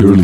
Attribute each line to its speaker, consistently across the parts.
Speaker 1: You're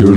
Speaker 1: You're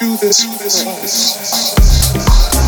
Speaker 2: do this, do this, do this.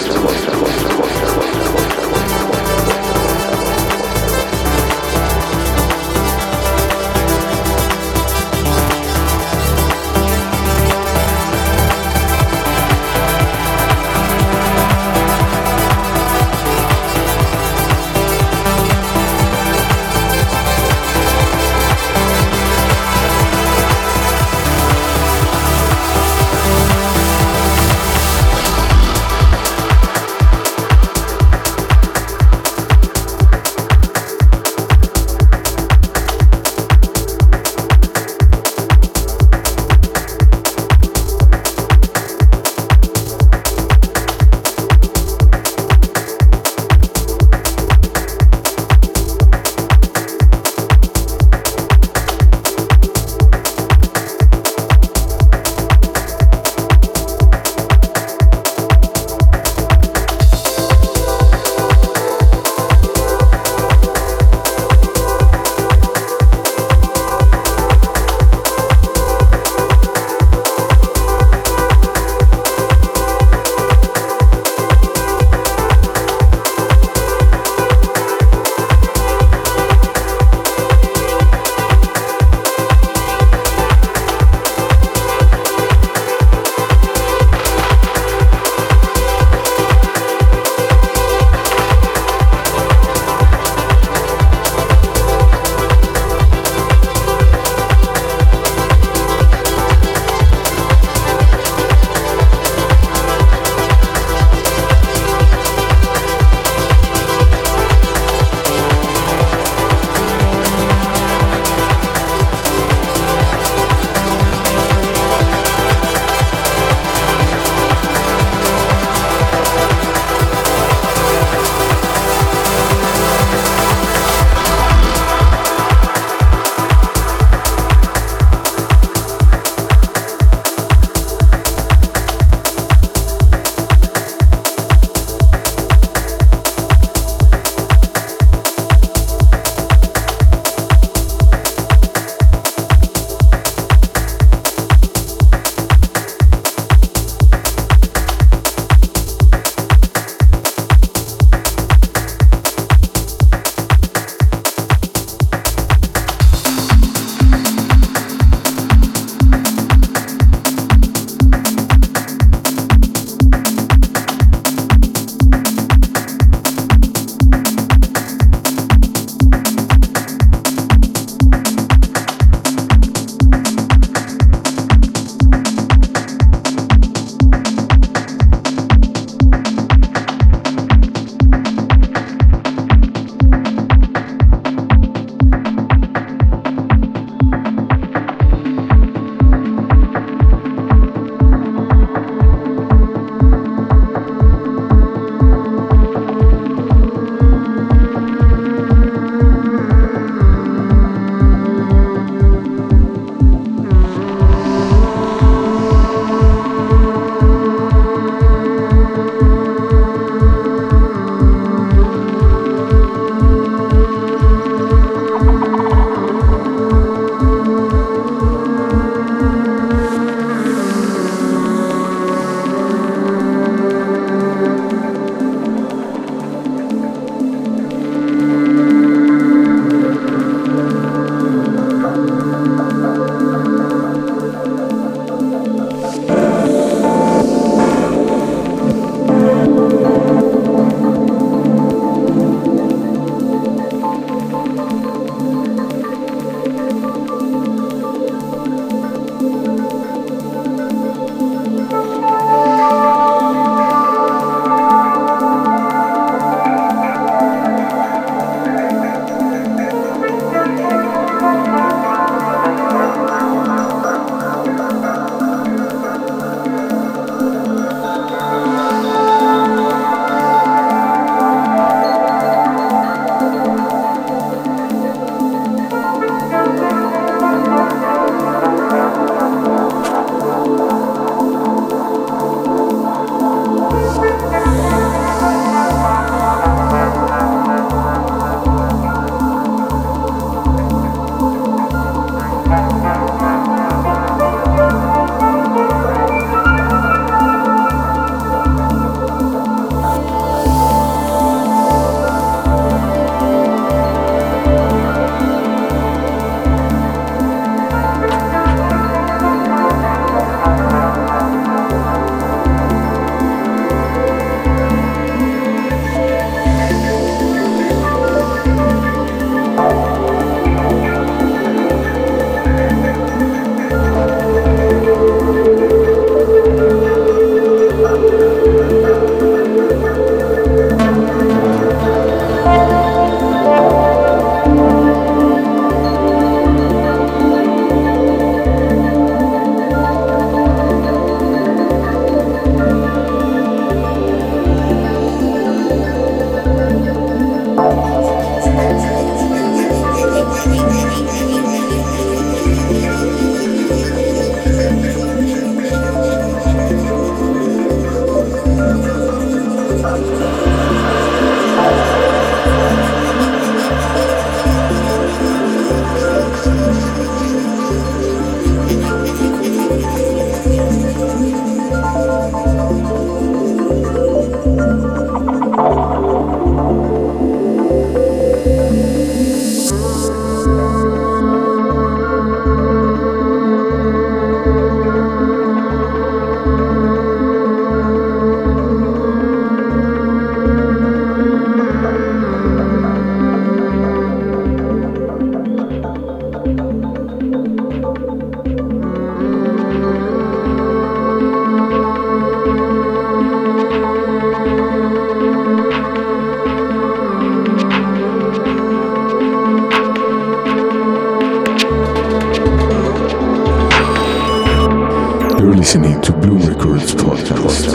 Speaker 1: listening to Bloom Records Podcast.